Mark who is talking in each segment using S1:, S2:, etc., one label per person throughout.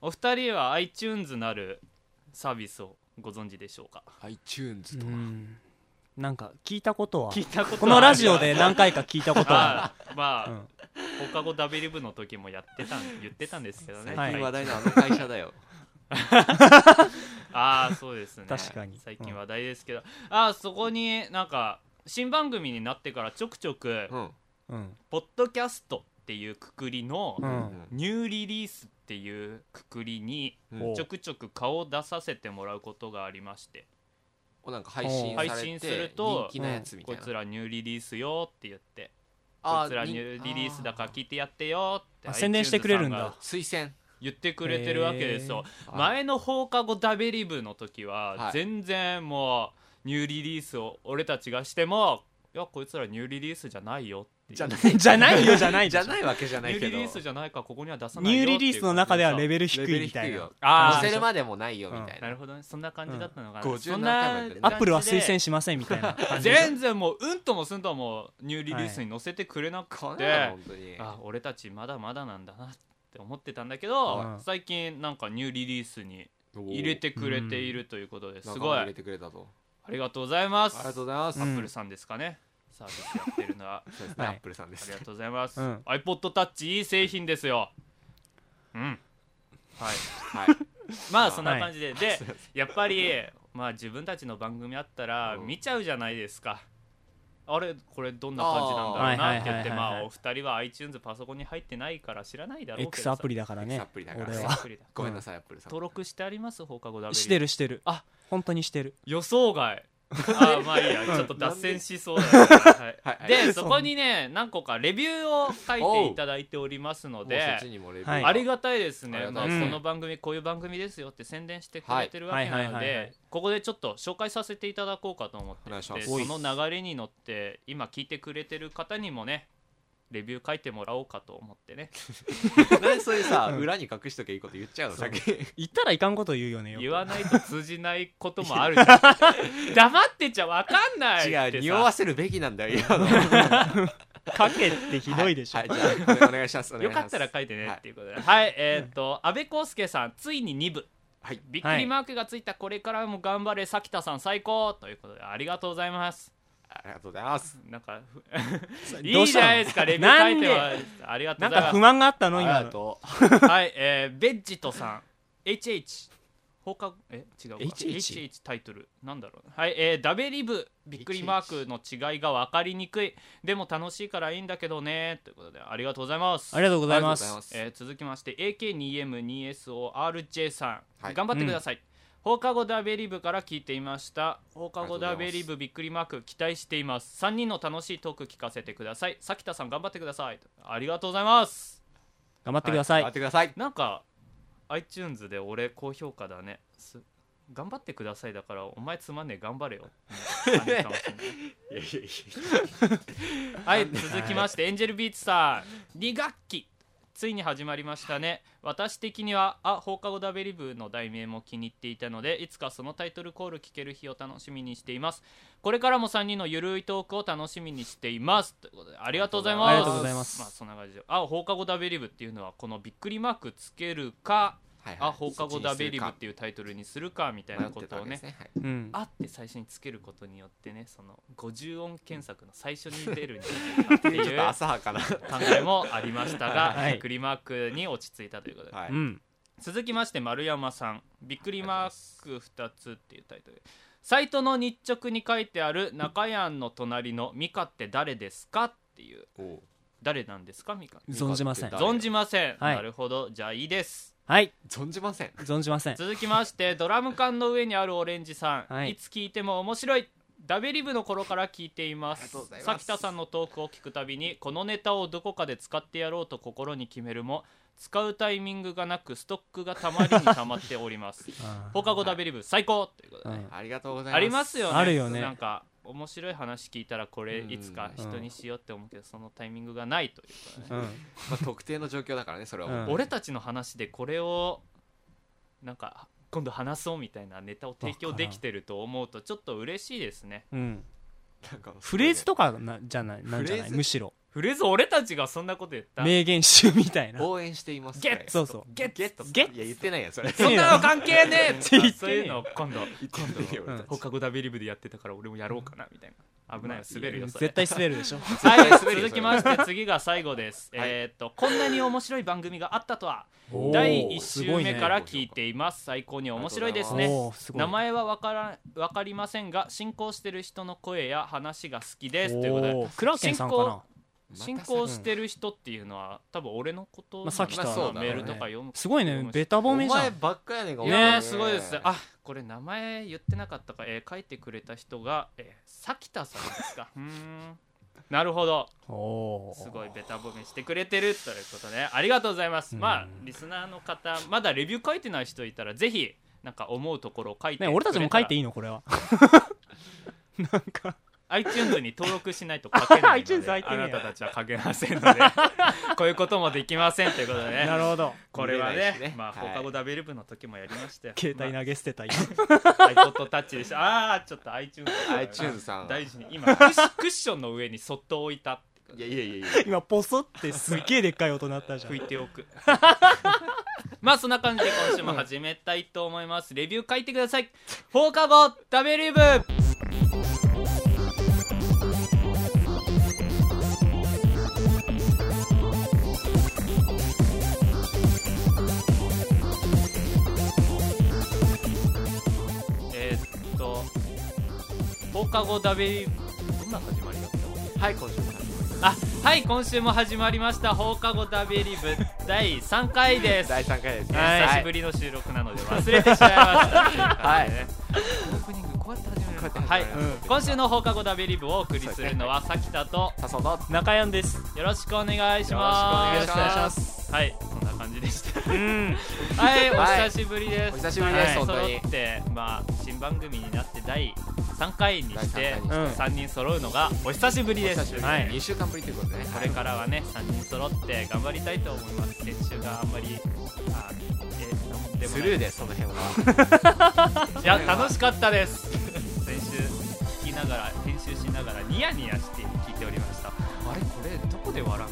S1: お二人は iTunes なるサービスをご存知でしょうか
S2: iTunes と
S3: う
S2: は、
S3: んなんか聞いたことは
S1: 聞いたこと
S3: このラジオ
S1: で
S3: で何回か聞いたことは
S1: あま
S3: あ
S1: あ、
S3: る、うん
S1: 放課後ダビリブの時もやってたん言ってたんですけどね、
S3: は
S2: 最
S3: い
S2: 近話題のあの会社だよ
S1: ああそうですね
S3: 確かに
S1: 最近話題ですけど、ああそこになんか新番組になってからちょくちょく
S2: うん、
S3: うん
S1: 「ポッドキャスト」っていうくくりの
S3: うん
S1: ニューリリースっていうくくりに
S2: うん
S3: お
S1: ちょくちょく顔を出させてもらうことがありまして
S2: おなんか配信
S1: お配
S2: され
S1: 信す
S2: て
S1: ると
S2: 人気なやつみた
S1: こ
S2: い
S1: い
S2: な、
S1: つらニューリリースよって言って
S2: あ
S1: こいつらニューリリースだから聞いてやってよって
S3: あ宣伝してくれるんだ
S1: iTunes さが
S2: 推薦
S1: 言ってくれてるわけですよ、
S2: あ
S1: 前の放課後ダベリブの時
S2: は
S1: はい全然もうニューリリースを俺たちがしてもいやこいつらニューリリースじゃないよっていう
S2: じゃない
S3: じゃな いよじゃない
S2: じ
S3: でしょ
S2: ゃないわけじゃな
S1: ニュー
S2: いけ
S1: リ
S2: ど
S1: リースじゃないからここには出さない
S3: ニ
S1: よ
S3: ュー
S1: っていう
S3: リリースの中ではレベル低
S2: レベ
S3: い
S2: ル
S3: み
S2: 低
S3: たい
S2: い
S3: な
S2: よ
S1: あー
S2: 載せるまでもないよみたい
S1: な
S2: な
S1: るほどねそんな感じだったのかな、
S2: うん
S1: そん
S2: 57
S1: な
S2: 回まで
S3: アップルは推薦しませんみたいな感じで
S1: 全然もううんともすんともニューリリースに載せてくれなくて、
S2: これは本当に
S1: あ俺たちまだまだなんだなって思ってたんだけど、
S3: うん
S1: 最近なんかニューリリースに入れてくれているということです
S2: 仲
S1: ごい
S2: 間入れてくれたと
S1: ありがとうございます
S2: ありがとうございます、
S3: うん
S1: アップルさんですかね、サービスやってるの は
S2: そうですね、
S3: はい
S2: アップルさんで
S1: あ
S2: す
S1: りがとうございます、
S3: うん
S1: iPodTouch いい製品ですようんはい
S2: はい
S1: まあ
S2: はい
S1: そんな感じで、で
S2: そうで
S1: やっぱりまあ自分たちの番組あったら
S2: うん
S1: 見ちゃうじゃないですか、あれこれどんな感じなんだろうなって言って
S3: あーはいはいはいは
S1: ま
S3: い
S1: あお二人は iTunes パソコンに入ってないから知らないだろうけど
S3: X
S1: さ
S3: アプリだから
S2: X
S3: ね
S2: アプリだから
S3: 俺
S1: ね
S3: は
S1: アプリだ
S2: ごめんなさい、アップルさん
S1: 登録してあります放課後ダブ
S3: して
S1: る
S3: るしてる
S1: あ
S3: 本当にしてる
S1: 予想外あーまあいいやちょっと脱線しそうだよ、はい
S2: はいはい
S1: でそこにね何個かレビューを書いていただいておりますの
S2: もうそ
S1: で
S2: っちにもレビュー
S3: はい
S2: が
S1: ありがたいですね
S2: ありが
S1: ま
S2: た
S1: あ
S2: い
S1: こ
S3: ですね
S1: の番組こういう番組ですよって宣伝してくれてるわけ
S3: はい
S1: なの
S3: はいはいはいは
S1: で
S3: い
S1: ここでちょっと紹介させていただこうかと思って
S2: お願いしま
S1: ですその流れに乗って今聞いてくれてる方にもねレビュー書いてもらおうかと思ってね
S2: なんでそういうさ、
S3: うん
S2: 裏に隠しときゃいいこと言っちゃうの
S3: そう
S2: 先に
S3: 言ったらいかんこと言うよねよく
S1: 言わないと通じないこともあるじゃ ん黙ってちゃわかんないってさ
S2: 違う匂わせるべきなんだよ今の
S3: かけってひどいでしょ、
S2: はい、はいじゃあお願いしますお願
S1: よ
S2: いします
S1: かったら書いて
S2: は
S1: ね
S2: い
S1: っていうことで、はい、えーっと、安倍康介さん、ついに2部。
S2: はい
S1: びっくりマークがついた、これからも頑張れ、咲田さん、最高ということで、ありがとうございます。
S2: ありがとうございます
S1: なんか、ふい
S3: ど
S1: いう
S3: し
S1: じ
S3: た
S1: ゃ
S3: の
S1: ないですか、レビュー書いて
S3: な
S1: は。ありがと
S3: な
S1: うんございま
S3: か
S1: す
S3: 不。満があった
S2: あ
S3: の
S2: り
S3: 今
S2: が
S3: の
S2: とう
S1: はい、えーベッジトさん、HH、放課後、え、違うわ、
S2: HH
S1: HH タイトル、なんだろう、はい、えーダベリブ、びっくりマークの違いが分かりにくい、でも楽しいからいいんだけどね、ということで、ありがとうございます。
S3: ありがとうございま
S2: ありがとうございま
S3: す
S2: す
S1: えー続きまして AK2M2SORJ さん、
S2: はい
S1: 頑張ってください、放課後ダーベリブから聞いていました放課後ダーベリブびっくりマーク期待しています3人の楽しいトーク聞かせてください咲田さん頑張ってくださいありがとうございます
S3: 頑張ってください、
S2: 待ってください
S1: なんか iTunes で俺高評価だねす頑張ってくださいだからお前つまんねえ頑張れよ感じかもしれない
S2: いやいやい
S1: はい続きましてエンジェルビーツさん2学期ついに始まりましたね私的には「あ放課後ダベリブ」の題名も気に入っていたのでいつかそのタイトルコール聞ける日を楽しみにしていますこれからも3人のゆるいトークを楽しみにしていますということでありがとうございます
S3: ありがとうございます
S1: まあそんな感じで「あ放課後ダベリブ」っていうのはこのびっくりマークつけるか
S2: や
S1: 「あ放課後ダベリブ」っていうタイトルにするかみたいな
S2: 迷っ
S1: こ
S2: て
S1: と
S2: たわ
S1: を
S2: けで
S1: ね
S2: すねはい
S3: うん
S1: あって最初につけることによってねその50音検索の最初に出るんじゃ ないかって
S2: ち
S1: い
S2: ょっ
S1: う
S2: と
S1: 考
S2: 浅はかな
S1: えもありました が、
S3: はい
S1: びっくりマークに落ち着いたということで、
S2: は
S3: う
S2: い
S3: ん
S1: 続きまして丸山さん「びっくりマーク2つ」っていうタイトルサイトの日直に書いてある「中やんの隣のミカって誰ですか?」っていう
S2: おう
S1: 誰なんですかミカ
S3: 存じません
S2: だ
S1: 存じません、
S3: はい
S1: なるほどじゃあいいです
S3: はい
S2: 存じません
S3: 存じません
S1: 続きましてドラム缶の上にあるオレンジさん、、
S3: はいい
S1: つ聞いても面白いダベリブの頃から聞いていま
S2: あり
S1: す
S2: がとうございます
S1: 咲田さんのトークを聞くたびにこのネタをどこかで使ってやろうと心に決めるも使うタイミングがなくストックがたまりにたまっており ます
S3: あー
S1: 放課後ダベリブ最高ということで、
S3: うん
S2: ありがとうございます
S1: ありますよね
S3: あるよね
S1: なんか面白い話聞いたらこれいつか人にしようって思うけどそのタイミングがないというかね
S3: うん
S2: まあ、特定の状況だからねそれは、
S3: うん
S1: 俺たちの話でこれをなんか今度話そうみたいなネタを提供できてると思うとちょっと嬉しいですね
S3: うん
S2: なんか
S3: フレーズとかなじゃないなんじ
S2: フ
S3: ゃ
S2: レ
S3: な
S2: ー
S3: い
S2: ズ
S3: むしろ
S1: 触れず俺たちがそんなこと言った
S3: 名言集みたいな
S2: 応援しています
S1: ゲッ
S3: そうそう
S1: ゲッ
S2: ゲット
S3: ゲッ
S2: いや言ってないやんそれ
S1: そんなの関係 ねえ
S3: って言ってねえよ
S1: そういうのを今度
S2: 今度
S3: うん
S1: 放課後ダビリブでやってたから俺もやろうかなみたいな危ないよ滑るよそれ
S3: 絶対滑るでしょ
S1: はい、
S2: 滑るよ
S1: 続きまして次が最後です、
S2: はい
S1: えーっとこんなに面白い番組があったとは
S3: おー
S1: 第1
S3: す
S1: 週
S3: ごい
S1: 目
S3: ね
S1: から聞いています最高に面白いです
S2: ありが
S1: ね
S3: おーすごい
S1: 名前はわからわかりませんが進行してる人の声や話が好きですということで
S3: おークラーケンさんか
S1: 進
S3: な
S1: 行進行してる人っていうのは多分俺のことなの
S3: まあさっきとは
S1: まあ
S2: そうだね
S1: メールとか読む
S3: すごいねベタ
S2: お
S3: 褒めじゃ
S2: 前
S3: ん
S2: ばっかやねんか
S1: い
S2: お前
S1: やーすごいですねあこれ名前言ってなかったか、えー書いてくれた人が、えー、さきたさんです かうーんなるほど
S3: おー
S1: すごいベタ褒めしてくれてるということでありがとうございます
S3: うん
S1: まあリスナーの方まだレビュー書いてない人いたらぜひなんか思うところを書いて
S3: ね俺たちも書いてい
S1: い
S3: いのこ れはなんか
S1: iTunes に登録しないと書けない の
S3: iTunes
S1: で
S3: 入って
S1: あ
S3: んや
S1: なたたちは書けませんの でこういうこともできませんということでね
S3: なる ほど
S1: これは
S2: 見れな
S1: ね
S2: いしね
S1: まあ
S2: はい
S1: 放課後ダブル部の時もやりましたよ
S3: 携帯
S1: まあ
S3: 投げ捨てた今
S1: iPod タッチでしたああーちょっと iTunes
S2: iTunes さん
S1: 大事に今クッシクッションの上にそっと置いた
S2: いやいやいやいや
S3: 今ポソってすっげえでっかい音鳴ったじゃん
S1: 拭いておく まあそんな感じで今週も始めたいと思いますレビュー書いてください放課後ダブル部えーっと放課後ダブルどんな始まりだった
S2: はい今週も
S1: あはい今週も始まりました放課後ダベリブ第3回です
S2: 第三回ですね
S1: はい久しぶりの収録なので忘れてしまいました
S2: はい
S1: ねオープニングこうやって始めるのか
S2: こうやって始め
S1: はい
S2: る
S3: うん
S1: 今週の放課後ダベリブをお送りするのはさきたと
S2: さその
S3: 中山です
S1: よろしくお願いします
S2: よろしくお願いします
S1: はいそんな感じで した
S3: うん
S1: はいお
S2: はい
S1: 久しぶりです
S2: お久しぶりです
S1: はい
S2: 本当に
S1: 揃ってまあ新番組になって第3回にして
S2: 第三
S3: う
S2: 回
S3: ん
S1: 3人揃うのがお久しぶり
S2: お
S1: で
S2: 久
S1: す
S2: しぶり
S3: は
S2: で
S3: い
S2: す二週間ぶりということでね
S1: これからはね3人揃って頑張りたいと思います練習があんまりあえなんでもない
S2: スルーですその辺はい
S1: や楽しかったです 先週聞きながら編集しながらニヤニヤして聞いておりましたあれこれどこで笑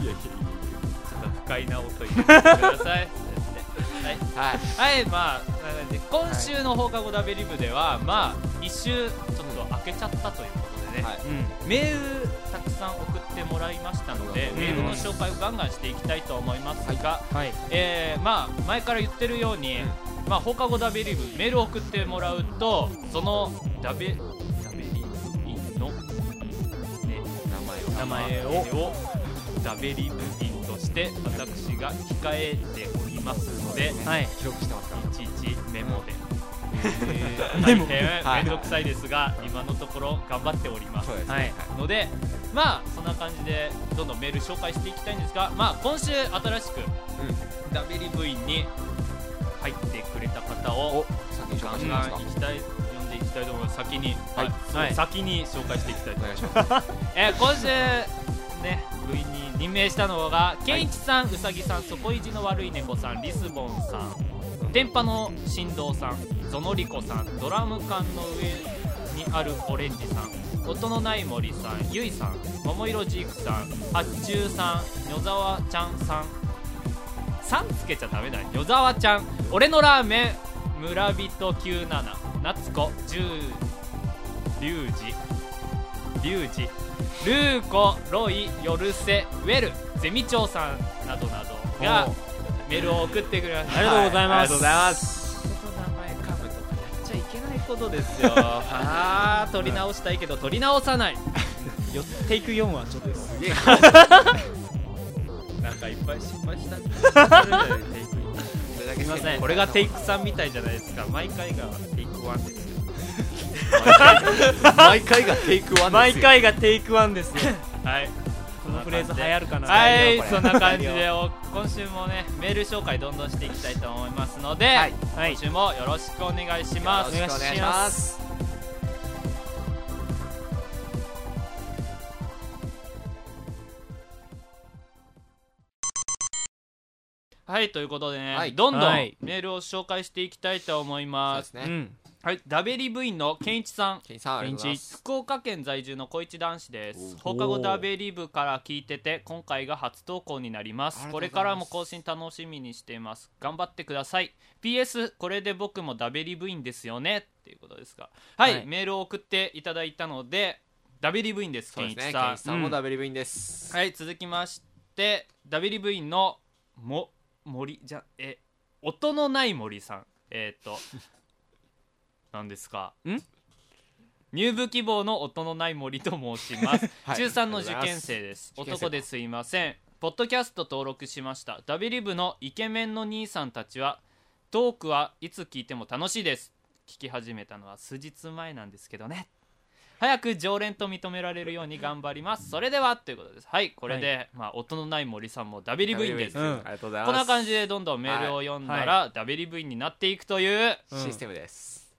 S1: う
S2: いやいやいや
S1: のか不快な音入れてください はい
S2: はい
S1: はいまあこんな感じで今週の放課後ダベリブでは、まあ一周ちょっと開けちゃったということでね、
S2: はい
S1: メールたくさん送ってもらいましたので、
S2: うん
S1: メールの紹介をガンガンしていきたいと思いますが、
S3: はい
S1: えーまあ前から言ってるように、まあ放課後ダベリブメールを送ってもらうとそのダベダベリンの、ね、
S2: 名前を
S1: 名前をダベリブインとして私が控えておりますので、
S3: はい
S2: 記録してますから
S1: いちいちメモで。
S3: メ
S1: 大
S3: モ
S1: 変
S2: は
S1: め
S2: い
S1: んどくさいですが、今のところ頑張っております
S2: そうですね
S3: はい
S1: のでまあそんな感じでどんどんメール紹介していきたいんですがまあ今週新しく
S2: うん
S1: WV に入ってくれた方を
S2: お先に紹
S1: ガ
S2: 介し
S1: ン
S2: ま
S1: ガ
S2: す
S1: ン
S2: か
S1: 行きたい読んでいきたいと思います先に、
S2: はい
S1: あそう
S3: はい
S1: 先に紹介していきたいと
S2: お
S1: 思いま
S2: 願い
S1: す
S2: します
S1: えー今週ね V に任命したのがケンイチさん、ウサギさん、底意地の悪い猫さん、リスボンさん、電波の振動さん、ゾノリコさん、ドラム缶の上にあるオレンジさん、音のない森さん、ゆいさん、桃色ジークさん、ハッチューさん、野沢ちゃんさん、さんつけちゃダメだよ、野沢ちゃん、俺のラーメン、村人97、夏子、十、リュウジ、リュウジ、ルーコ、ロイ、ヨルセ、ウェル、ゼミ長さんなどなどが
S3: お
S1: メールを送ってくれました。
S3: ありがとうござい
S1: はあ
S3: ます
S1: りがとうございます。人の名前噛むとかやっちゃいけないことです よ。ああ、取り直したいけど取り直さない。
S3: よテイク4はちょっと
S2: すげえ
S1: なんかいっぱい失敗した。
S2: それだけ
S1: すみません、これがテイク3みたいじゃないですか。毎回がテイク1ですよ。
S2: 毎回がテイクワンですよ
S3: 毎回がテイク1ですよ
S1: はい。
S3: このフレーズ流行るかな
S1: はい、
S2: 使えるよ
S1: そ
S2: これ
S1: んな感じ でお今週もねメール紹介どんどんしていきたいと思いますので、
S2: はい
S1: 今週もよろしくお願いします。
S2: よろしくお願いします
S1: はいということでね、
S2: はい
S1: どんどん
S3: はい
S1: メールを紹介していきたいと思い
S2: そう
S1: ま。
S2: ですす
S3: う
S2: ね
S3: ん
S1: はい、はい、ダベリ部員のケンイチさん
S2: ケンイチさんありがとうございます
S1: 福岡県在住の小一男子です
S2: おう
S1: 放課後ダベリ部から聞いてて今回が初投稿になります
S2: ありがと
S1: こ
S2: うござ
S1: れ
S2: います
S1: からも更新楽しみにしています頑張ってください PS これで僕もダベリ部員ですよねっていうことですがはい、
S2: はい
S1: メールを送っていただいたのでダベリ部員です
S2: そう
S1: ケン
S2: で
S1: イ
S2: す
S1: チ
S2: ね
S1: さ
S2: ケ
S1: ん
S2: ンさんも
S1: うん
S2: WV です、
S1: はい続きましてダベリ部員のも森じゃえ音のない森さんえっ、ー、と 何ですか
S3: ん
S1: 入部希望の音のない森と申します、
S2: はい
S1: 中3の受験生です
S2: ありがと
S1: 男
S2: うございます
S1: ですいませんポッドキャスト登録しましたダベリ部のイケメンの兄さんたちはトークはいつ聞いても楽しいです聞き始めたのは数日前なんですけどね早く常連と認められるように頑張りますそれではということですはいこれで、まあ音のない森さんもダベリ部員です、
S2: WV
S3: う
S2: あ
S3: ん
S2: りがとうございます
S1: こんな感じでどんどんメールを読んだら、ダベリ部員になっていくという
S3: うん
S2: システムです、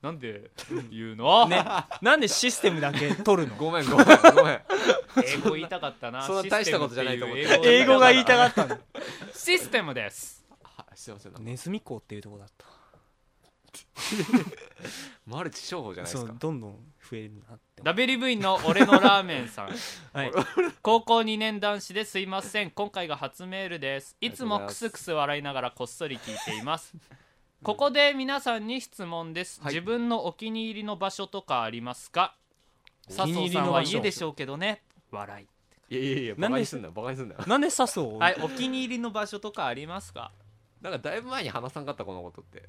S1: なんで言うの、
S3: ね、なんでシステムだけ取るの
S2: ごめんごめんごめん
S1: 英語言いたかったな
S2: そんな大したことじゃないと思って
S1: システムてい
S3: 英
S1: う
S3: 語が言いた
S1: っ
S3: かったの
S1: たシステムです
S2: あすいませんなんか
S3: ネズミ校っていうとこだった
S2: マルチ商法じゃないで
S3: そ
S2: すか
S3: うどんどん増えるなって
S1: ダベリ部員の俺のラーメンさん
S3: はい
S1: 高校2年男子ですいません今回が初メールですいつもクスクス笑いながらこっそり聞いています ここで皆さんに質問です、
S2: はい
S1: 自分のお気に入りの場所とかありますか
S3: 気
S1: 笹
S3: に入
S1: 生
S3: り
S1: さん
S3: の
S1: は
S3: 場所
S1: 家でしょうけどね笑い
S2: いやいやいやバ
S3: なん
S2: カ
S3: で
S2: にすんなバカにすんな
S3: なんで笹生を
S1: はいお気に入りの場所とかありますか
S2: なんかだいぶ前に話さんかったこのことって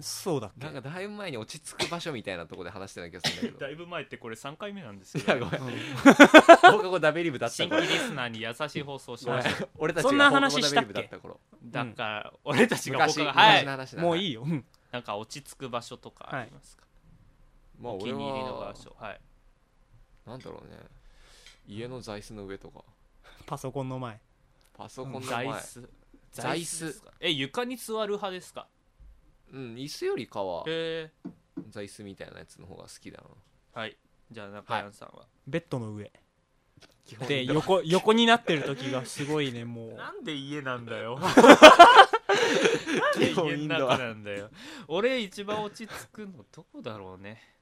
S3: そうだっけ
S2: なんかだいぶ前に落ち着く場所みたいなとこで話してた気がするんだけど
S1: いぶ前ってこれ3回目なんです
S2: いやごめん放課後ダベリブだっ た
S1: 新
S2: 頃
S1: 規リスナーに優しい放送しました
S2: 俺たちが
S3: そんな話したっ
S2: 放課後ダベ
S3: け
S2: リブだった頃
S1: だから俺たちが
S2: 昔
S1: 僕がは
S2: 昔
S1: い
S2: の話だな
S3: もういいよ、うん、
S1: なんか落ち着く場所とかありますか、
S2: まあ
S1: お気に
S2: 俺
S1: 入りの場
S2: は
S1: 所はい
S2: なんだろうね家の座椅子の上とか
S3: パソコンの前
S2: パソコンの
S1: 座
S2: 前
S1: 椅子
S2: 座
S1: 座椅
S2: 椅
S1: 子
S2: 子
S1: ですかえ床に座る派ですか
S2: うん椅子よりかは
S1: へえ
S2: 座椅子みたいなやつの方が好きだな
S1: はいじゃあ中山さんは、
S3: ベッドの上
S2: 基本
S3: で横横になってる時がすごいねもう
S1: んで家なんだよ
S2: 基
S1: 家
S2: 本
S1: の
S2: インド
S1: 中
S2: ア
S1: なんだよ俺一番落ち着くのどこだろうね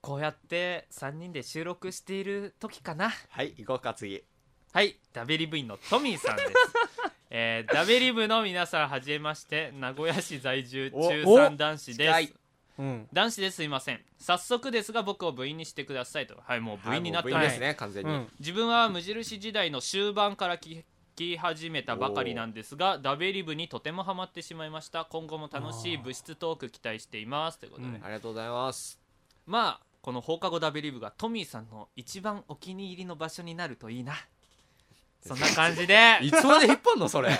S1: こうやって3人で収録している時かな
S2: はい行こうか次
S1: はいダベリ部員のトミーさん です、えーダベリ部の皆さんはじめまして名古屋市在住中
S2: お
S1: 3男子で
S2: 近
S1: す
S2: い
S3: うん
S1: 男子ですいません早速ですが僕を部員にしてくださいとはいもう部員になった
S2: はいもう
S1: で
S2: 部
S1: す
S2: 員ですね完全
S3: う
S2: に
S3: ん
S1: 自分は無印時代の終盤から聞き始めたばかりなんですがダベリブにとてもハマってしまいました今後も楽しい
S3: あー
S1: 物質トーク期待していますということで、
S3: うん
S2: ありがとうござ います
S1: まあこの放課後ダベリブがトミーさんの一番お気に入りの場所になるといいなそんな感じで
S2: いつまで引っ張んのそれ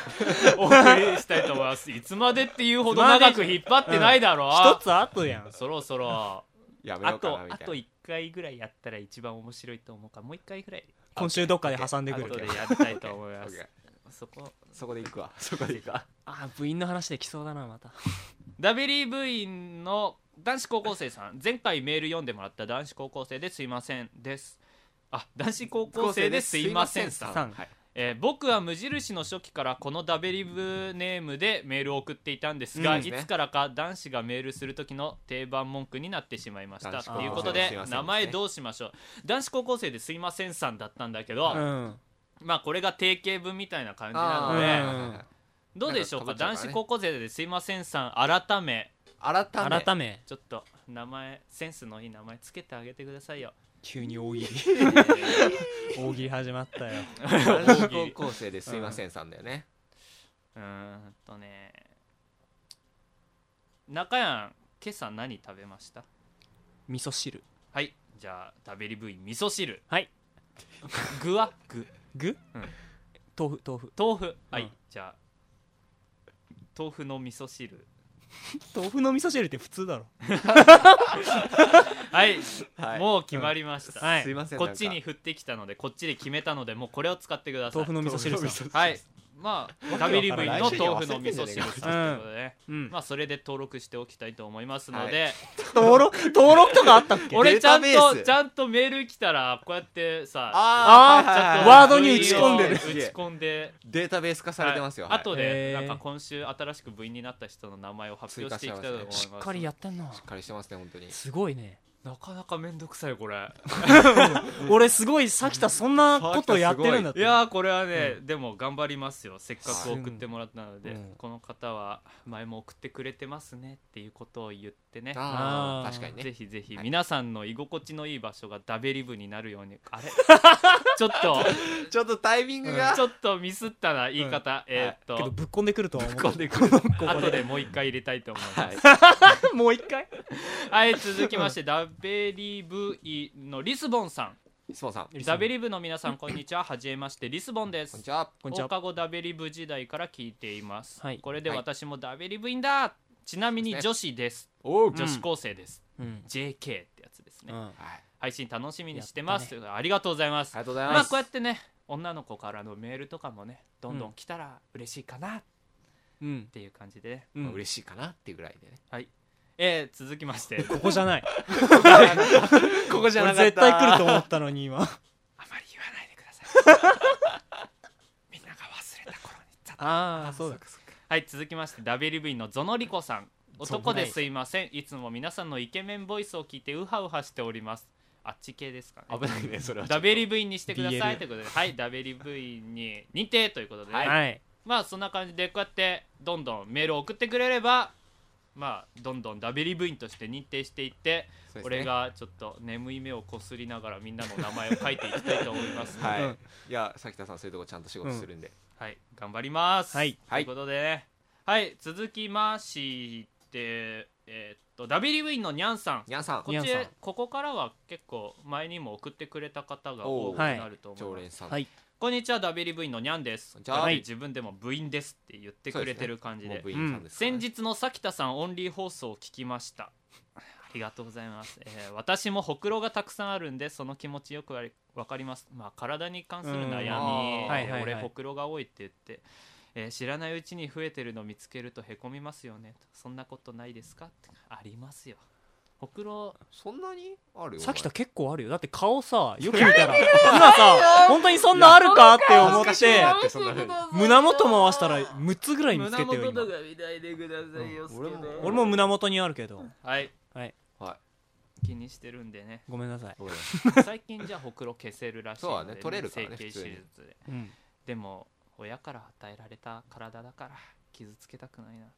S1: お送りしたいと思いますいつまでっていうほど長く引っ張ってないだろ
S3: 一つあとやん
S1: そろそろ
S2: やめ
S1: あ
S2: ようか
S1: と
S2: なみ
S1: あ
S2: たい
S1: と
S2: な
S1: 1回ぐらいやったら一番面白いと思うからもう1回ぐらい
S3: 今週どっかで挟んでく
S1: 後
S3: る
S1: でやりたいと思いま
S2: オッケ
S1: す
S2: ー
S1: そこ
S2: そこで行くわ そこで行くわ
S3: あ部員の話できそうだなまた
S1: ダベリー部員の男子高校生さん前回メール読んでもらった男子高校生ですいませんですあ男子高校生ですいません さん
S3: さん
S2: はい
S1: えー僕は無印の初期からこのダベリブネームでメールを送っていたんですが、
S2: うん
S1: いつからか男子がメールする時の定番文句になってしまいました
S2: 男子
S1: と
S2: 高
S3: 校
S1: い
S3: 生
S1: うことです
S2: いません
S1: 名前どうしましょう男子高校生ですいませんさんだったんだけど、
S3: うん
S1: まあこれが定型文みたいな感じな
S2: あ
S1: の
S2: ー
S1: で、
S2: はいはいはい
S1: どうでしょうか
S2: なんかかぶっちゃうからね
S1: 男子高校生ですいませんさん改め
S2: 改め
S3: 改め
S1: ちょっと名前センスのいい名前つけてあげてください よ
S3: 急に大喜利 大喜利始まったよ
S2: 男子 高校生ですいませんさんだよね
S1: うーんとね中やん今朝何食べました
S3: 味噌汁
S1: はいじゃあ食べり部位味噌汁
S3: はい
S1: 具は具
S3: 具、
S1: うん
S3: 豆腐豆腐
S1: 豆腐はい、
S3: うん
S1: じゃあ豆腐の味噌汁
S3: 豆腐の味噌汁って普通だろ
S1: はい、
S2: はい
S1: もう決まりました、
S3: はい
S2: すいません
S1: こっち
S2: なん
S1: に振
S2: か
S1: ってきたのでこっちで決めたのでもうこれを使ってください
S3: 豆腐の味噌汁さん
S2: 豆腐の味噌汁
S1: はいまあダビリブイの
S2: 来週に合わ
S1: 豆腐
S2: せ
S1: の
S2: てん
S1: 味
S2: じゃねえか
S1: 噌汁さんということでね、
S3: うん
S1: まあそれで登録しておきたいと思いますので、
S3: 登録登録とかあったっけ
S1: 俺ちゃん
S2: データベ
S1: と
S2: ース
S1: ちゃんとメール来たらこうやってさ
S2: あ
S3: ー
S1: ちょっと
S3: ワードに打ち込んでる
S1: 打ち込んで
S2: データベース化されてますよ、
S1: はいあとで
S3: へー
S1: なんか今週新しく部員になった人の名前を発表していきたいと思います
S2: し
S3: しっかりやってんな
S2: しっかりしてますね本当に
S3: すごいね
S1: なかなかめんどくさいこれ
S3: 俺すごいさきたそんなことやってるんだっ
S1: い
S3: て
S1: やーこれはね、でも頑張りますよせっかく送ってもらったので、
S3: うん
S1: この方は前も送ってくれてますねっていうことを言ってね
S2: あ
S3: あ
S2: あ
S3: ー
S2: 確かに
S1: ぜ
S2: ね
S1: ひぜひ
S2: はい
S1: 皆さんの居心地のいい場所がダベリブになるようにあれちょっと
S2: ちょっとタイミングが、
S1: ちょっとミスったな言い方、えーっと、
S3: けどぶっこんでくるとは思う
S1: ぶっこんで くる後でもう一回入れたいと思います、
S3: もう一回
S1: はい、続きまして、ダベリブイのリスボンさ
S2: 質問さんこ
S1: ん。ダベリブの皆さん、こんにちは。はじめまして、リスボンで
S2: んに
S1: す。
S2: ちは
S3: こんにち
S1: 放
S3: は
S1: 課後ダベリブ時代から聞いています。
S3: はい
S1: これで
S2: はい
S1: 私もダベリブインだ、ちなみに女子です。
S2: おう、
S3: ん
S1: 女子高生です。
S3: うん、
S1: JK ってやつですね。
S3: うん、
S2: はい、あ
S1: 配信楽しみにしてます。
S3: やった
S1: ということでありがとうございます。
S2: りがとうございます、
S1: まあこうやってね、女の子からのメールとかもね、どんど
S3: うん
S1: ん来たら嬉しいかなっ
S3: うん
S1: ていう感じでね。
S3: うん
S2: まあ嬉しいかなっていうぐらいでね
S1: はい。えー、続きま して、
S3: ここじゃない
S2: ここじゃなかった
S3: 俺絶対来ると思ったのに今
S1: あまり言わないでください みんなが忘れた頃にざっと
S3: ああそうだ
S1: はい続きまして WV のゾノリコさん男ですいませんいつも皆さんのイケメンボイスを聞いてウハウハしておりますあっち系ですかね
S2: 危ないねそれは
S1: ダベリブインにしてくださ
S3: BL
S1: いということで、はい、ダベリブインに認定ということでね、
S3: はい
S1: まあそんな感じでこうやってどんどんメールを送ってくれれば、まあどんどんダベリブインとして認定していって、
S2: そうですね
S1: 俺がちょっと眠い目をこすりながらみんなの名前を書いていきたいと思いますので、
S2: はい、
S3: うん
S2: いや咲田さんそういうとこちゃんと仕事するんで、
S1: はい、頑張ります。
S3: はい
S1: ということでね、はい、続きまして、えーっと、ダビリウィンのニャンさん。
S2: にゃんさん
S1: こ
S3: ニ
S1: っ
S3: ャン
S1: ち
S3: さん
S1: ここからは結構前にも送ってくれた方が
S2: お
S1: 多
S2: う
S1: くなると思い
S2: 常
S1: ます、
S2: 連さん、
S3: はい
S1: こんにちはダビリブインのニャンです
S2: こんにちは
S1: はい自分でも部員ですって言ってくれてる感じ
S2: も
S1: で
S2: う部員さんですからね、
S1: 先日のさきたさんオンリー放送を聞きましたありがとうございます、えー私もほくろがたくさんあるんでその気持ちよくわりわかりますまあ体に関する悩み
S3: うん
S1: で、
S2: あーはい
S3: はいはい
S1: 俺ほくろが多いって言って、えー知らないうちに増えてるの見つけるとへこみますよねそんなことないですかってありますよほくろ
S2: そんなにあるよ
S3: さきた
S2: お
S3: 結構あるよだって顔さよく見たら 今さ本当にそんなあるかって思
S2: 恥
S3: っ
S2: ずかしい
S3: て
S2: な
S3: 胸元回したら6つぐらい見つけてよ今
S1: 見ないでくださいよ、
S2: うん
S1: 好
S2: 俺も
S1: きな
S3: 俺も胸元にあるけど
S1: はい
S3: はい
S2: 前はい
S1: 気にしてるんでね
S3: ごめんなさい、
S2: ごめんなさ
S1: 最近じゃあほくろ消せるらしいので、
S2: そうだね取れるからね
S1: 整形
S2: 普通
S1: 手
S2: に
S1: 術で
S3: うん、
S1: でも親から与えられた体だから傷つけたくないなっ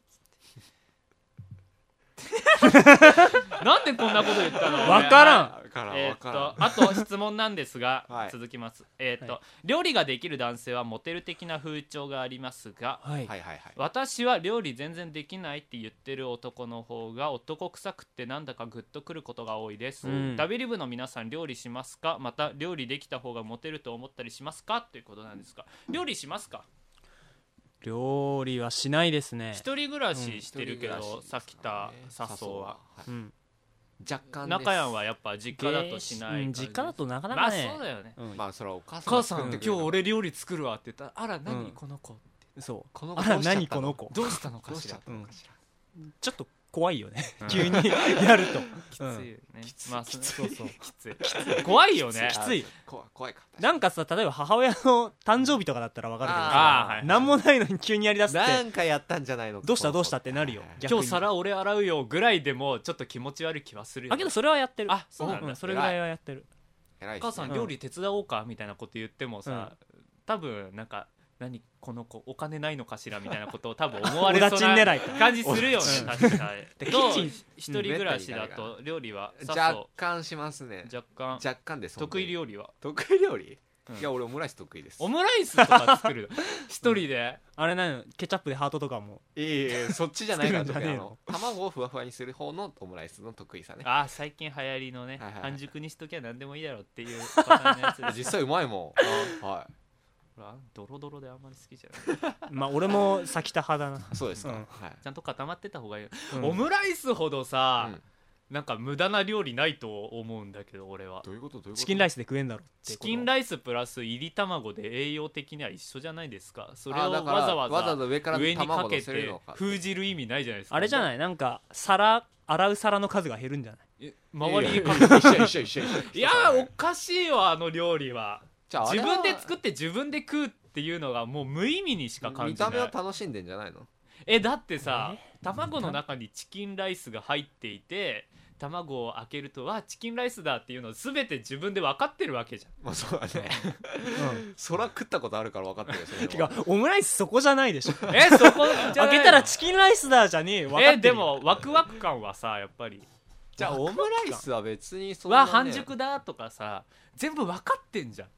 S1: つ ってなんでこんなこと言ったの
S3: わからん
S2: いわからん
S1: えー
S2: わ
S1: っ
S2: からん
S1: とあと質問なんですが、
S2: はい
S1: 続きますえーっと、
S3: は
S1: 料理ができる男性はモテる的な風潮がありますが
S3: はい、
S2: はいはいはい
S1: 私は料理全然できないって言ってる男の方が男臭くてなんだかグッとくることが多いです、
S3: うん
S1: ダビリブの皆さん料理しますかまた料理できた方がモテると思ったりしますかということなんですが料理しますか
S3: 料理はしないですね
S1: 一人暮らししてるけ
S2: 一人暮
S1: ど、
S2: らし
S1: さきた笹生は、
S2: はい
S3: うん
S2: 若干です
S1: 中山はやっぱ実家だとしない
S3: うん
S1: 感じ
S3: 実家だとなかな
S1: まあ
S3: か
S1: そ
S3: ね、
S1: うだよね
S3: うん
S2: まあそれはお母さん
S1: 母
S2: が
S1: さ
S2: 作
S1: ん
S2: って
S1: 今日
S2: くれるの
S1: 俺料理作るわって言ったらあら何、
S3: うん
S1: この子
S3: そう
S2: この子
S3: あら
S2: どうしちゃった
S3: 何この子
S1: どうしたの
S2: ど
S1: か
S2: うし
S1: し
S2: ちゃ
S1: ら
S2: ったのかしら
S3: ちょっと怖いよね
S1: うん
S3: 急にやると
S1: きついよね、まあきつい
S3: そうそう
S1: きつい怖いよね
S3: きつい
S2: 怖い怖いかった
S3: なんかさ例えば母親の誕生日とかだったらわかるけど
S1: あーはい
S3: さ
S1: はい
S3: 何もないのに急にやりだすって
S2: なんかやったんじゃないの
S3: どうしたどうしたってなるよ逆に
S1: 今日皿俺洗うよぐらいでもちょっと気持ち悪い気はするよ
S3: あけどそれはやってる
S1: あそうなんだ
S3: それぐらいはやってる
S2: 偉
S1: お
S2: いですね
S1: 母さん料理手伝おうかみたいなこと言ってもさ、多分なんか何この子お金ないのかしらみたいなことを多分思わ
S3: お
S1: れ
S3: だ
S1: そう
S3: ち
S1: な
S3: 狙いか
S1: 感じするよね
S3: うん
S1: 確かにけど
S3: キッチン
S1: 一人暮らしだと料理はさ
S2: 若干しますね
S1: そう若干
S2: 若干です
S1: 得意
S2: 理
S1: 料理は
S2: 得意料理
S1: うん
S2: いや俺オムライス得意です
S1: オムライスとか作る一人で
S3: あれなのケチャップでハートとかも
S2: いえいえそっちじ ゃないから
S3: 作る
S2: 得
S3: ん
S2: 意あ
S3: じゃねえ
S2: の
S3: の
S2: 卵をふわふわにする方のオムライスの得意さね
S1: ああ最近流行りのね
S2: はいはいはい
S1: 半熟にしときゃ何でもいいだろうっていうパターンのやつ で
S2: 実際うまいもんは
S1: ほらドロドロであんまり好きじゃない
S3: まあ俺も先田派だない
S2: そうですか
S3: うん
S2: はい
S1: ちゃんと固まってた方がいいよ
S3: うん
S1: オムライスほどさ
S2: うん
S1: なんか無駄な料理ないと思うんだけど俺は
S2: どういうことどういうこと
S3: チキンライスで食えんだろって
S1: チ
S3: こと
S1: キンライスプラス入り卵で栄養的には一緒じゃないですかそれ
S2: あ
S1: を
S2: だ
S1: わ
S2: か
S1: ざ
S2: ら
S1: わ
S2: わざわざ
S1: ざ
S2: 上から
S1: 上に
S2: 卵
S1: か
S2: 乗
S1: け
S2: せる
S1: て
S2: のか
S1: 封じる意味ないじゃないですか
S3: あれじゃ
S1: い
S3: ないなんか皿洗う皿の数が減るんじゃない
S1: 周りにか
S2: か
S1: け
S2: けて一緒一緒一緒一緒
S1: いやーおかしいわあの料理は
S2: じゃああれ
S1: 自
S2: は
S1: 分で作って自分で食うっていうのがもう無意味にしか感
S2: 見
S1: じな
S2: た
S1: い
S2: 目を楽しんでんじゃないの
S1: えだってさ卵の中にチキンライスが入っていて卵を開けるとわチキンライスだっていうの全て自分で分かってるわけじゃん
S2: まあそう だねそら食ったことあるから分かってるよそれは
S3: てかオムライスそこじゃないでしょ
S1: えそこじゃない
S3: 開けたらチキンライスだじゃねえよ分かってる
S1: え
S3: よ
S1: でもワクワク感はさやっぱり
S2: じゃあオムライスは別にそんな、
S1: わ
S2: ね、
S1: 半熟だとかさ全部分かってんじゃん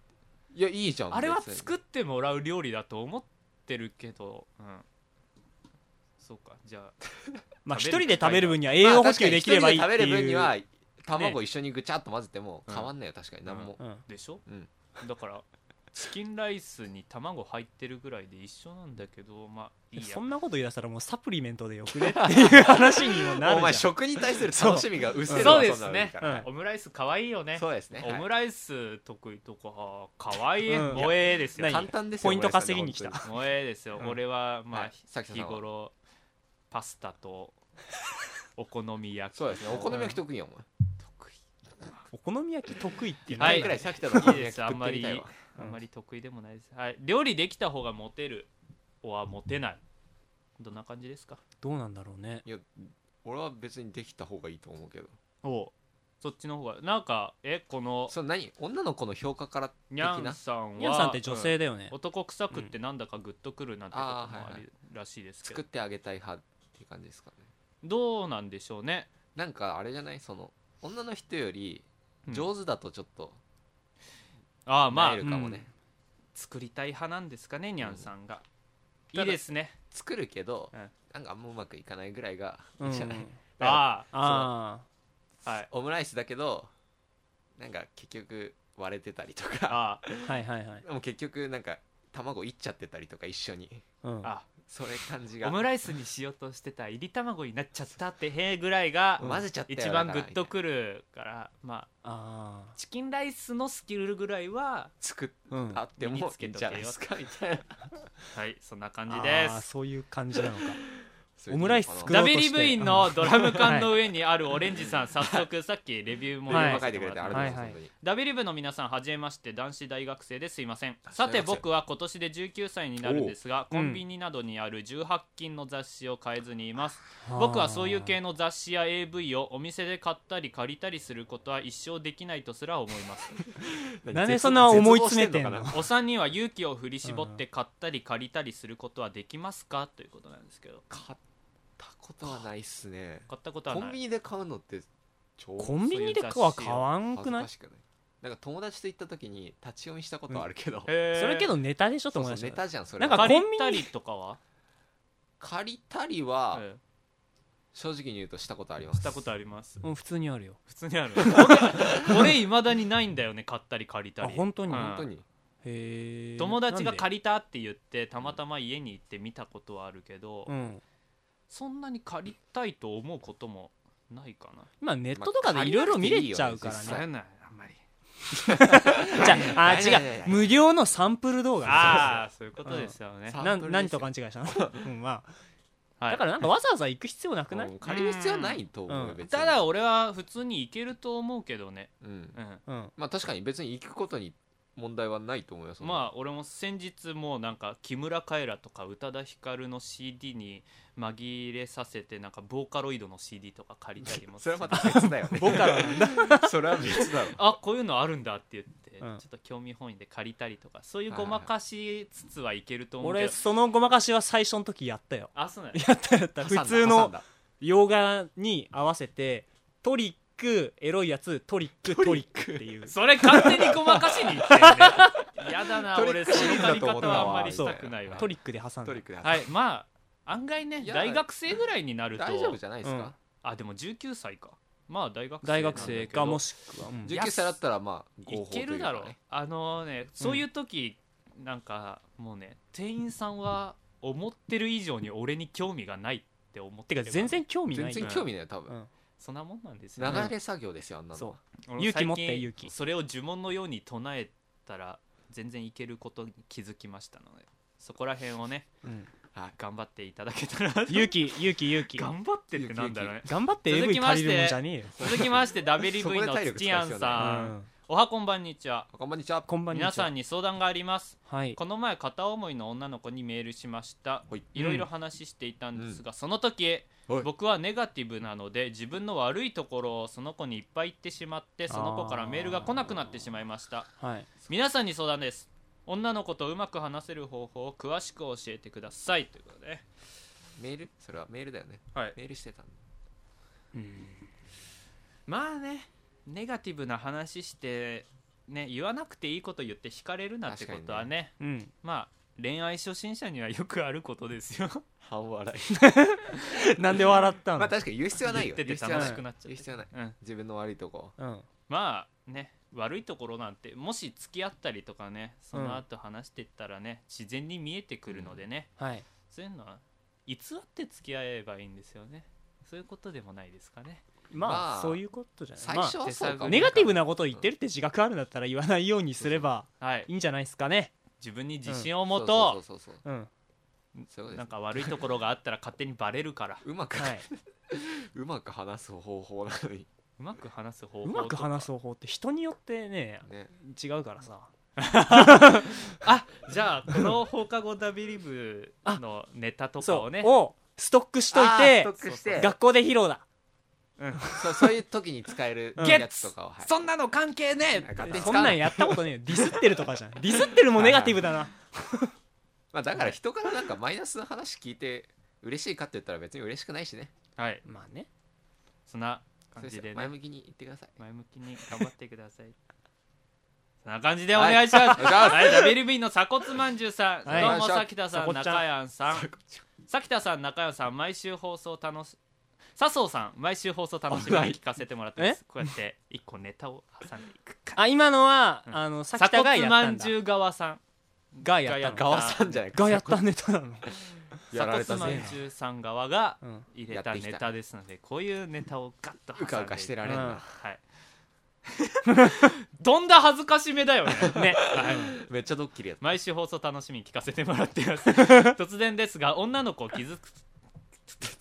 S2: いやいいじゃん
S1: あれは
S2: 別に
S1: 作ってもらう料理だと思ってるけどうんそうかじゃあ
S3: まあ
S1: 食
S3: 一
S1: べる
S3: 人で食べる分には栄養補給できればいいって
S2: まあ確かに一人で食べる分
S3: い
S2: に
S3: う、
S2: は卵一緒にぐちゃっと混ぜても変わんないよ確かに何も、
S3: うん、
S1: でしょ、
S2: うん
S1: だからチキンライスに卵入ってるぐらいで一緒なんだけどまあいいや
S3: そんなこと言い出したらもうサプリメントでよく ねっていう話にもな
S2: お 前
S3: るじゃん
S2: 食に対する楽しみが薄い
S1: そうですね、
S3: うん
S1: オムライス可愛いよね
S2: そうですね
S1: オムライス得意とか可愛い、
S3: うん
S1: 萌えですよ
S3: 何
S2: 簡単ですよ
S3: ポイント稼ぎに来た
S2: オムライスはね
S1: 萌えですよ、
S3: うん
S1: 俺はまあ、
S2: はいさきさん
S1: 日
S2: は
S1: 頃パスタ とお好み焼き
S2: 本当にそうですねお好み焼き得意よお
S1: 得意
S3: お好み焼き得意っていうの
S1: は
S2: 前一
S1: い
S2: 回くらいさきたのお好
S1: いい
S2: み
S1: で
S2: 焼き
S1: すあん
S2: 食っ
S1: ま
S2: てみ
S1: り
S2: たいわ
S1: あんまり得意でもないです、はい、料理できた方がモテるはモテないどんな感じですか
S3: どうなんだろうね
S2: いや俺は別にできた方がいいと思うけど
S1: おそっちの方がなんかえこの
S2: その何女の子の評価から的
S1: にゃん
S2: な
S1: さんは
S3: ニャンさんって女性だよね
S1: うん、男臭くってなんだかグッとくるなんてことも
S2: うんあーはい
S1: あ
S2: はい
S1: るらしいですけど、
S2: 作ってあげたい派っていう感じですかね
S1: どうなんでしょうね
S2: なんかあれじゃないその女の人より
S1: うん
S2: 上手だとちょっと
S1: ああま
S2: な
S1: あ
S2: えるかもね、
S1: 作りたい派なんですかねにゃんさんが、
S2: うん
S1: いいですね
S2: 作るけど、
S1: うん
S2: なんかあんまうまくいかないぐらいが
S3: う
S2: いい
S3: ん
S2: じゃない、だから
S1: あ
S3: あ
S1: あはい
S2: オムライスだけどなんか結局割れてたりとか
S1: ああ
S3: あはいはいはい、
S2: でも結局なんか卵いっちゃってたりとか一緒に
S3: うん、
S1: あ
S2: それ感じ
S1: オ
S2: が
S1: ムライスにしようとしてた入り卵になっちゃったってへえぐらいが
S2: 混ぜちゃったよ
S1: 一番
S2: だ
S1: グ
S2: から
S1: ッとくるからまあ
S3: あ
S1: チキンライスのスキルぐらいは
S2: 作っ
S3: ーうん
S2: あっても
S1: 身につ
S2: い
S1: け
S2: い
S1: と
S2: ん
S1: けよ
S2: じゃないですかみたいな
S1: はいそんな感じで
S3: あー
S1: す
S3: そういう感じなのか
S2: そういう
S3: オムライス作ろ
S1: ダ
S3: う
S1: ベリ部員のドラム缶の上にあるオレンジさん早速さっきレビューも
S2: もう
S3: はい
S2: 今書いてくれてありがとうございます、
S3: はいはい
S2: 本当に
S1: ダビリブの皆さんはじめまして男子大学生ですいません
S2: あ
S1: さて
S2: すいません
S1: 僕は今年で19歳になるんですが
S3: おう
S1: コンビニなどにある18金の雑誌を買えずにいます
S3: あ ー
S1: 僕はそういう系の雑誌や AV をお店で買ったり借りたりすることは一生できないとすら思います
S3: なんでそんな思い詰めてんの
S2: 絶望しか
S1: お三人は勇気を振り絞って買ったり借りたりすることはできますかということなんですけど
S2: な買ったことはないっすね
S1: 買ったことは
S2: コ
S1: な
S2: ンビ
S1: い
S2: ニで買うのって超
S3: コンビニでは買わん
S2: 恥
S3: く
S2: ず
S3: ない
S2: かしくないなんか友達と行った時に立ち読みしたことはあるけど、
S1: へー
S3: それけどネタでしょ
S2: そう
S3: 友
S2: そう
S3: 達
S2: ネ
S3: の
S2: タじゃんそれは
S3: なんか
S1: 借りたりとかは
S2: 借りたりは
S1: え
S2: 正直に言うとしたことありま
S1: え
S2: す
S1: したことあります
S3: うん普通にあるよ
S1: 普通にある俺いまだにないんだよね買ったり借りた
S3: あ
S1: り
S3: 本当に、
S1: うん
S2: 本当に
S3: へえ
S1: 友達が借りたって言ってたまたま家に行って見たことはあるけど、
S3: うん
S1: そんなに借りたいと思うこともないかな
S3: まあネットとかでいろいろ見れちゃうからね
S2: まあ借
S1: ないあんまり
S3: じゃああ
S2: いやい やい
S3: ー違
S2: や
S3: う無料のサンプル動画
S1: ああそういうことですよね
S2: あ、ー
S3: な
S2: サンプルですよ
S3: 何と勘違いしたの、 うんまあ、
S1: はい
S3: だからなんかわざわざ行く必要なくない、
S2: うん借りる必要はないと思う
S3: う
S2: よ
S3: ん
S2: 別に
S1: ただ俺は普通に行けると思うけどね、
S2: うん
S1: うん、
S3: うん、
S2: まあ確かに別に行くことに問題はないと思うよ
S1: まあ俺も先日もうなんか木村カエラとか宇多田ヒカルの CD に紛れさせてなんかボーカロイドの CD とか借りたりも
S2: それはまた別だ よね
S3: ボカロなん だ
S2: それは別だろ
S1: あこういうのあるんだって言って、
S3: うん
S1: ちょっと興味本位で借りたりとかそういうごまかしつつはいけると思うけど、
S3: 俺そのごまかしは最初の時やったよ
S1: あそうなんや
S3: やったやった普通
S2: 挟ん
S3: の
S2: だ
S3: 洋画に合わせてトリックエロいやつトリックトリックって いう
S1: それ勝手にごまかしにいってるね やだな
S2: トリ
S1: 俺
S2: ッ
S1: そ
S2: クシ
S1: の
S2: ーン
S1: 借
S2: だ
S1: り
S2: と思
S1: 方
S2: った
S1: は
S2: わ
S1: あんまりしたくないわ
S3: トリックで挟ん
S2: ト
S3: だ
S2: リックで
S1: はいまあ案外ね
S2: いや
S1: 大学生ぐらいになると
S2: 大丈夫じゃないです
S3: うん
S2: か
S1: あでも19歳かまあ大学生
S3: 大学生かも
S1: し
S3: しくは、うん
S1: じゃ
S2: 19歳だったらまあ合
S1: い
S2: 法と
S1: け
S2: いうか
S1: るだろう
S2: ね
S1: あのねそういう時、なんかもうね店員さんは思ってる以上に俺に興味がないって思って
S3: てか
S1: る
S3: 全然興味な
S2: 全
S3: い
S2: 然興味ないよ多分
S3: うん
S1: そんなもんなんですよ、ね、
S2: 流れ作業ですよ、あんなの
S3: そ
S2: は。
S1: 俺
S3: 勇気持っ
S1: 最
S3: て
S1: 近
S3: 勇気
S1: それを呪文のように唱えたら全然いけることに気づきましたのでそこら辺をね
S3: う、うん、
S2: はい。
S1: 頑張っていただけたら
S3: 勇気勇気勇気
S1: 頑張ってってなんだろうね
S3: 頑張って AV 借りるもんじゃねえよ、
S1: 続きまして WV
S2: そ
S1: の
S2: こで体力
S1: 土
S2: 使う
S1: 屋
S2: 必要ない
S3: うん
S1: さん、おはこんばんにちは
S2: こんばんにちは。
S3: こんばんにちは
S1: 皆さんに相談があります
S3: はい
S1: この前片思いの女の子にメールしました
S2: はい
S1: いろいろ話していたんですが、その時
S2: はい
S1: 僕はネガティブなので自分の悪いところをその子にいっぱい言ってしまってその子からメールが来なくなってしまいました
S3: はい
S1: 皆さんに相談です女の子とうまく話せる方法を詳しく教えてくださいということでね
S2: メールそれはメールだよね。
S1: はい
S2: メールしてたんだ
S1: まあねネガティブな話してね言わなくていいこと言って惹かれるなってことはね
S3: うん
S1: まあ恋愛初心者にはよくあることですよ
S2: 半笑い。
S3: なんで笑ったの、
S2: まあ確かに言う必要はないよ。
S1: 言ってて
S2: 言う必要は
S1: 楽
S2: ない
S1: しくなっちゃ
S2: 言う
S1: って
S2: 必要はない。
S1: うん
S2: 自分の悪いとこ。
S3: うん
S1: まあね悪いところなんてもし付き合ったりとかねその後話していったらね、自然に見えてくるのでね、
S3: はい
S1: そういうのは偽って付き合えばいいんですよねそういうことでもないですかね
S3: まあ、
S2: まあ
S3: そういうことじゃない
S2: 最初
S3: ま
S2: はそうか
S3: あ、
S2: も。
S3: ネガティブなことを言ってるって自覚あるんだったら言わないようにすれば
S1: はい
S3: いいんじゃないですかね
S1: 自分に自信を
S2: そ
S1: 持
S2: う
S1: とう
S2: そうそうそうそう。
S3: うん
S2: そういう
S1: な
S2: ことで
S1: ん
S2: す
S1: か悪いところがあったら勝手にバレるから
S2: うまく、
S3: はい
S2: うまく話す方法なのに。
S1: うまく話す方法
S3: うまく話
S1: す
S3: す方法って人によってね
S2: ね。
S3: 違うからさ
S1: あじゃあこの放課後ダビリブのネタとか
S3: そ
S1: を
S3: う
S1: ね
S3: をストックしとい
S2: あ
S3: て
S2: ーストックして
S3: 学校で披露だ
S2: そうそういう時に使える
S3: うん
S1: ゲ
S2: や
S1: ッ
S2: つと
S1: ツ
S2: かを。はい
S1: そんなの関係ねえ
S2: 勝手に使
S3: そ
S2: うん
S3: なんやったことね えよディスってるとかじゃんディスってるもネガティブだな
S2: まあだから人からなんかマイナスの話聞いて嬉しいかって言ったら別に嬉しくないしね。
S1: はい
S3: まあね
S1: そんな感
S2: そうです
S1: じ
S2: よ
S1: でね
S2: 前向きに言ってください。
S1: 前向きに頑張ってください そんな感じでお願いします、はい、WB の鎖骨まんじゅうさん、
S3: はい
S1: どうもさきたさ
S3: 鎖
S1: ん
S3: 骨ちゃん
S1: 中やんさんさきたさん中やんさん毎週放送楽し笹生さん毎週放送楽しみに聞かせてもらってますこうやって一個ネタを挟んでいくか
S3: あ今のは、
S1: うん
S3: あのさき
S1: 鎖
S3: たが
S1: 骨
S3: やっ
S1: ま
S3: た
S1: ん
S3: んだ
S1: じゅう側さん
S3: がや
S1: が
S3: ったの
S2: 側さんじゃないか。
S3: がやったネタなの、
S2: や
S1: 鎖
S2: られた
S1: 骨
S2: ぜ
S1: まんじゅうさん側が
S3: うん、
S1: 入れたネタですのでこういうネタをガッと挟んで
S2: うかうかしてられ
S3: る
S2: ん
S3: うん
S2: な。
S1: はい どんな恥ずかしめだよね
S3: ね、
S2: めっちゃドッキリやった。
S1: 毎週放送楽しみに聞かせてもらってます 突然ですが女の子を傷つ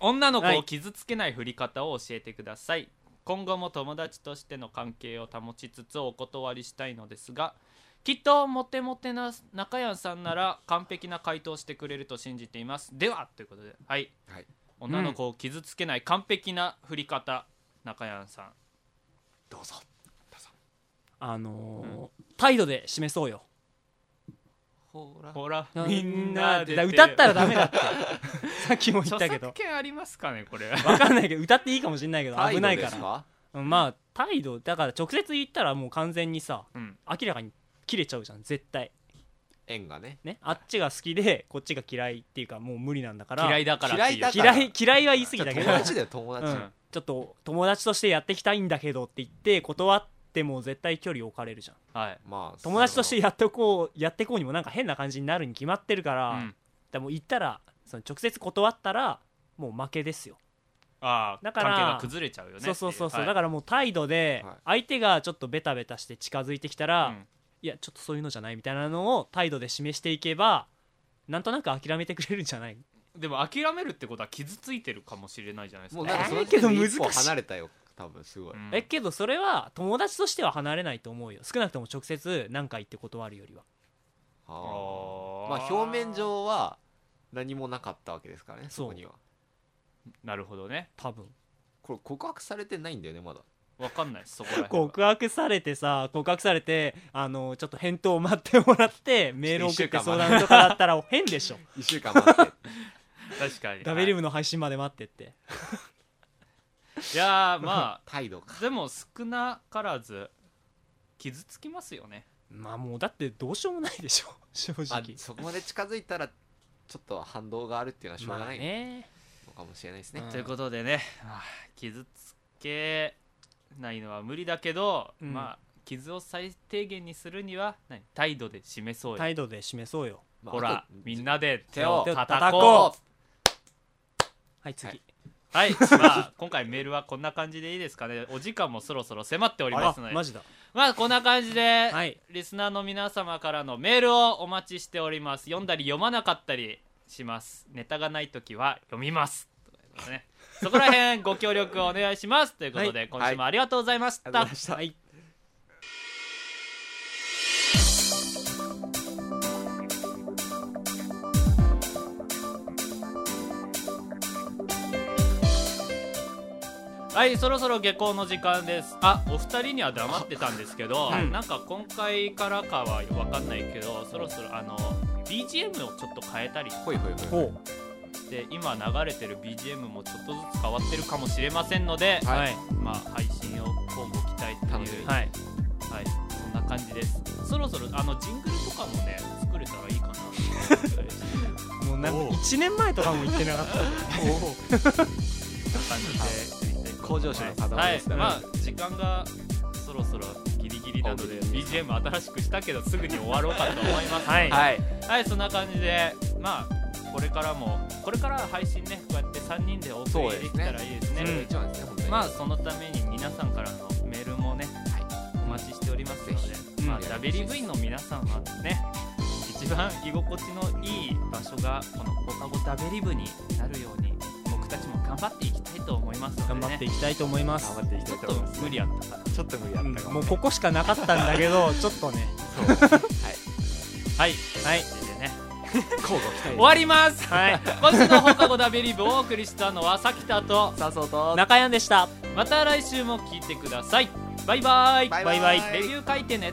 S1: 女の子を傷つけない振り方を教えてください、今後も友達としての関係を保ちつつお断りしたいのですがきっとモテモテな中谷さんなら完璧な回答をしてくれると信じていますではということではい、
S2: はい
S1: 女の子を傷つけない完璧な振り方中谷さん
S2: どうぞ。
S3: あのー態度で示そうよ
S2: ほら。
S1: ほらみんなで
S3: だ歌ったら
S1: だ
S3: ダメだって さっきも言っ
S1: 著
S3: たけど
S1: 作権ありますかねこれ
S3: わかんないけど歌っていいかもしんないけど
S2: 態
S3: 危
S2: 度
S3: ない
S2: で
S3: か
S2: す
S3: らうんまあ態度だから直接言ったらもう完全にさ
S1: うん
S3: 明らかに切れちゃうじゃん絶対
S2: 縁がね。
S3: ねあっちが好きでこっちが嫌いっていうかもう無理なんだから
S1: 嫌いだからっていう
S2: 嫌いだから
S3: 嫌い嫌いは言い過ぎ
S2: 友
S3: だけど
S2: 達だよ、友
S3: う
S2: 達。
S3: ん、ちょっと友達としてやっていきたいんだけどって言って断っても絶対距離置かれるじゃん
S1: はい
S2: まあ、
S3: 友達としてやってこうやってこうにもなんか変な感じになるに決まってるから,、
S1: うん
S3: でもう言ったらその直接断ったらもう負けですよ、
S1: ああ
S3: だか
S1: 関
S3: ら
S1: 係が崩れちゃうよね
S3: そうそうそうそう、だ
S1: か
S3: からもう態度で
S2: はい
S3: 相手がちょっとベタベタして近づいてきたら、
S1: うん
S3: いやちょっとそういうのじゃないみたいなのを態度で示していけばなんとなく諦めてくれるんじゃない
S1: でも諦めるってことは傷ついてるかもしれないじゃないですか
S2: もうなんかその
S3: えーけど
S2: 時点で
S3: 難しい
S2: 一歩離れたよ、多分すごい。
S1: うん
S3: えけどそれは友達としては離れないと思うよ少なくとも直接何か言って断るよりは
S2: あ
S1: あ
S2: ー
S1: ー
S2: まあ、表面上は何もなかったわけですからね、そ
S3: そう
S2: こには。
S1: なるほどね
S3: 多分
S2: これ告白されてないんだよね、まだ。
S1: わかんないですそこら辺は
S3: 告白されてさ告白されてあのちょっと返答を待ってもらってメール送って相談とかだったら変でしょ
S2: 1週間待って。
S1: 確かに
S3: ダベリブの配信まで待ってって
S1: いやーま
S2: 態 度か。
S1: あでも少なからず傷つきますよね
S3: まあもうだってどうしようもないでしょ 正
S2: あ
S3: 直
S2: そこまで近づいたら、ちょっと反動があるっていうのはしょうが
S3: まあ
S2: ない
S3: ね
S2: のかもしれないですね。
S3: うん
S1: ということでねまあ傷つけないのは無理だけど
S3: うん
S1: まあ傷を最低限にするには何態度で示そうよ
S3: 態度で示そうよ
S2: まあ
S1: ほら
S2: あと
S1: みんなで手
S2: 手を
S1: を叩
S3: 叩
S1: こ
S3: こ
S1: う
S3: はい次、
S2: はい
S1: はい、まあ、今回メールはこんな感じでいいですかねお時間もそろそろ迫っておりま
S3: あ
S1: すので
S3: マジだ
S1: まあこんな感じで、
S3: はい
S1: リスナーの皆様からのメールをお待ちしております読んだり読まなかったりしますネタがない時は読みますということでねそこら辺ご協力をお願いしますということで、
S3: は
S1: 今週もありがとうございました、
S2: はいありがとうございました
S3: はい
S1: はいそろそろ下校の時間ですあお二人には黙ってたんですけど、
S3: はい
S1: なんか今回からかは分かんないけどそろそろあの BGM をちょっと変えたりし
S2: ほいほいほい。
S3: ほ
S1: て今流れてる BGM もちょっとずつ変わってるかもしれませんので、
S3: う
S2: はい
S3: はい
S1: まあ配信を今後期待って
S2: 楽
S1: い
S2: しみ
S1: う、
S2: に
S1: はい
S3: はい
S1: はい、そんな感じですそろそろあのジングルとかもね作れたらいいかな
S3: もうなんか
S2: おう
S3: 1年前とかも言ってなかった
S1: 感じでやりたいと思います
S2: 向上心の塊
S1: は
S2: で
S1: い
S2: すから
S1: まあ時間がそろそろギリギリなので
S2: 本当に
S1: BGM 新しくしたけどすぐに終わろうかと思います
S3: はい
S2: はい。
S1: はいそんな感じでまあこれからもこれからは配信ねこうやって3人でお送りできたらいいですね
S2: それが
S3: うん
S2: 一番ですね、本当に。
S1: まあそのために皆さんからのメールもね、お待ちしておりますので
S2: ぜ、
S3: ひ
S1: まあ、
S2: うん
S1: WV の皆さんはね一番居心地のいい場所がこの放課後ダベリブになるように僕たちも頑張っていきたいと思いますの
S3: 頑
S1: で、
S3: 張っ
S1: ね
S3: て、いきたいと思います
S2: 頑張っていき
S1: ち
S2: た
S1: ょっ
S2: いと思います
S1: と無理やったかな
S2: ちょっと無理やったか
S3: う
S2: も
S3: んもう
S2: ね。
S3: ここしかなかったんだけどちょっとね
S1: はいはいでね
S2: 交互期
S1: 終
S2: 待。
S1: わります、はい、今週の放課後ダベリブをお送りしたのはさきたと
S2: さあ、そうと。
S3: 中山でした
S1: また来週も聞いてくださいバイバイ
S2: バイ
S3: バイバイ
S1: レビュー書いてね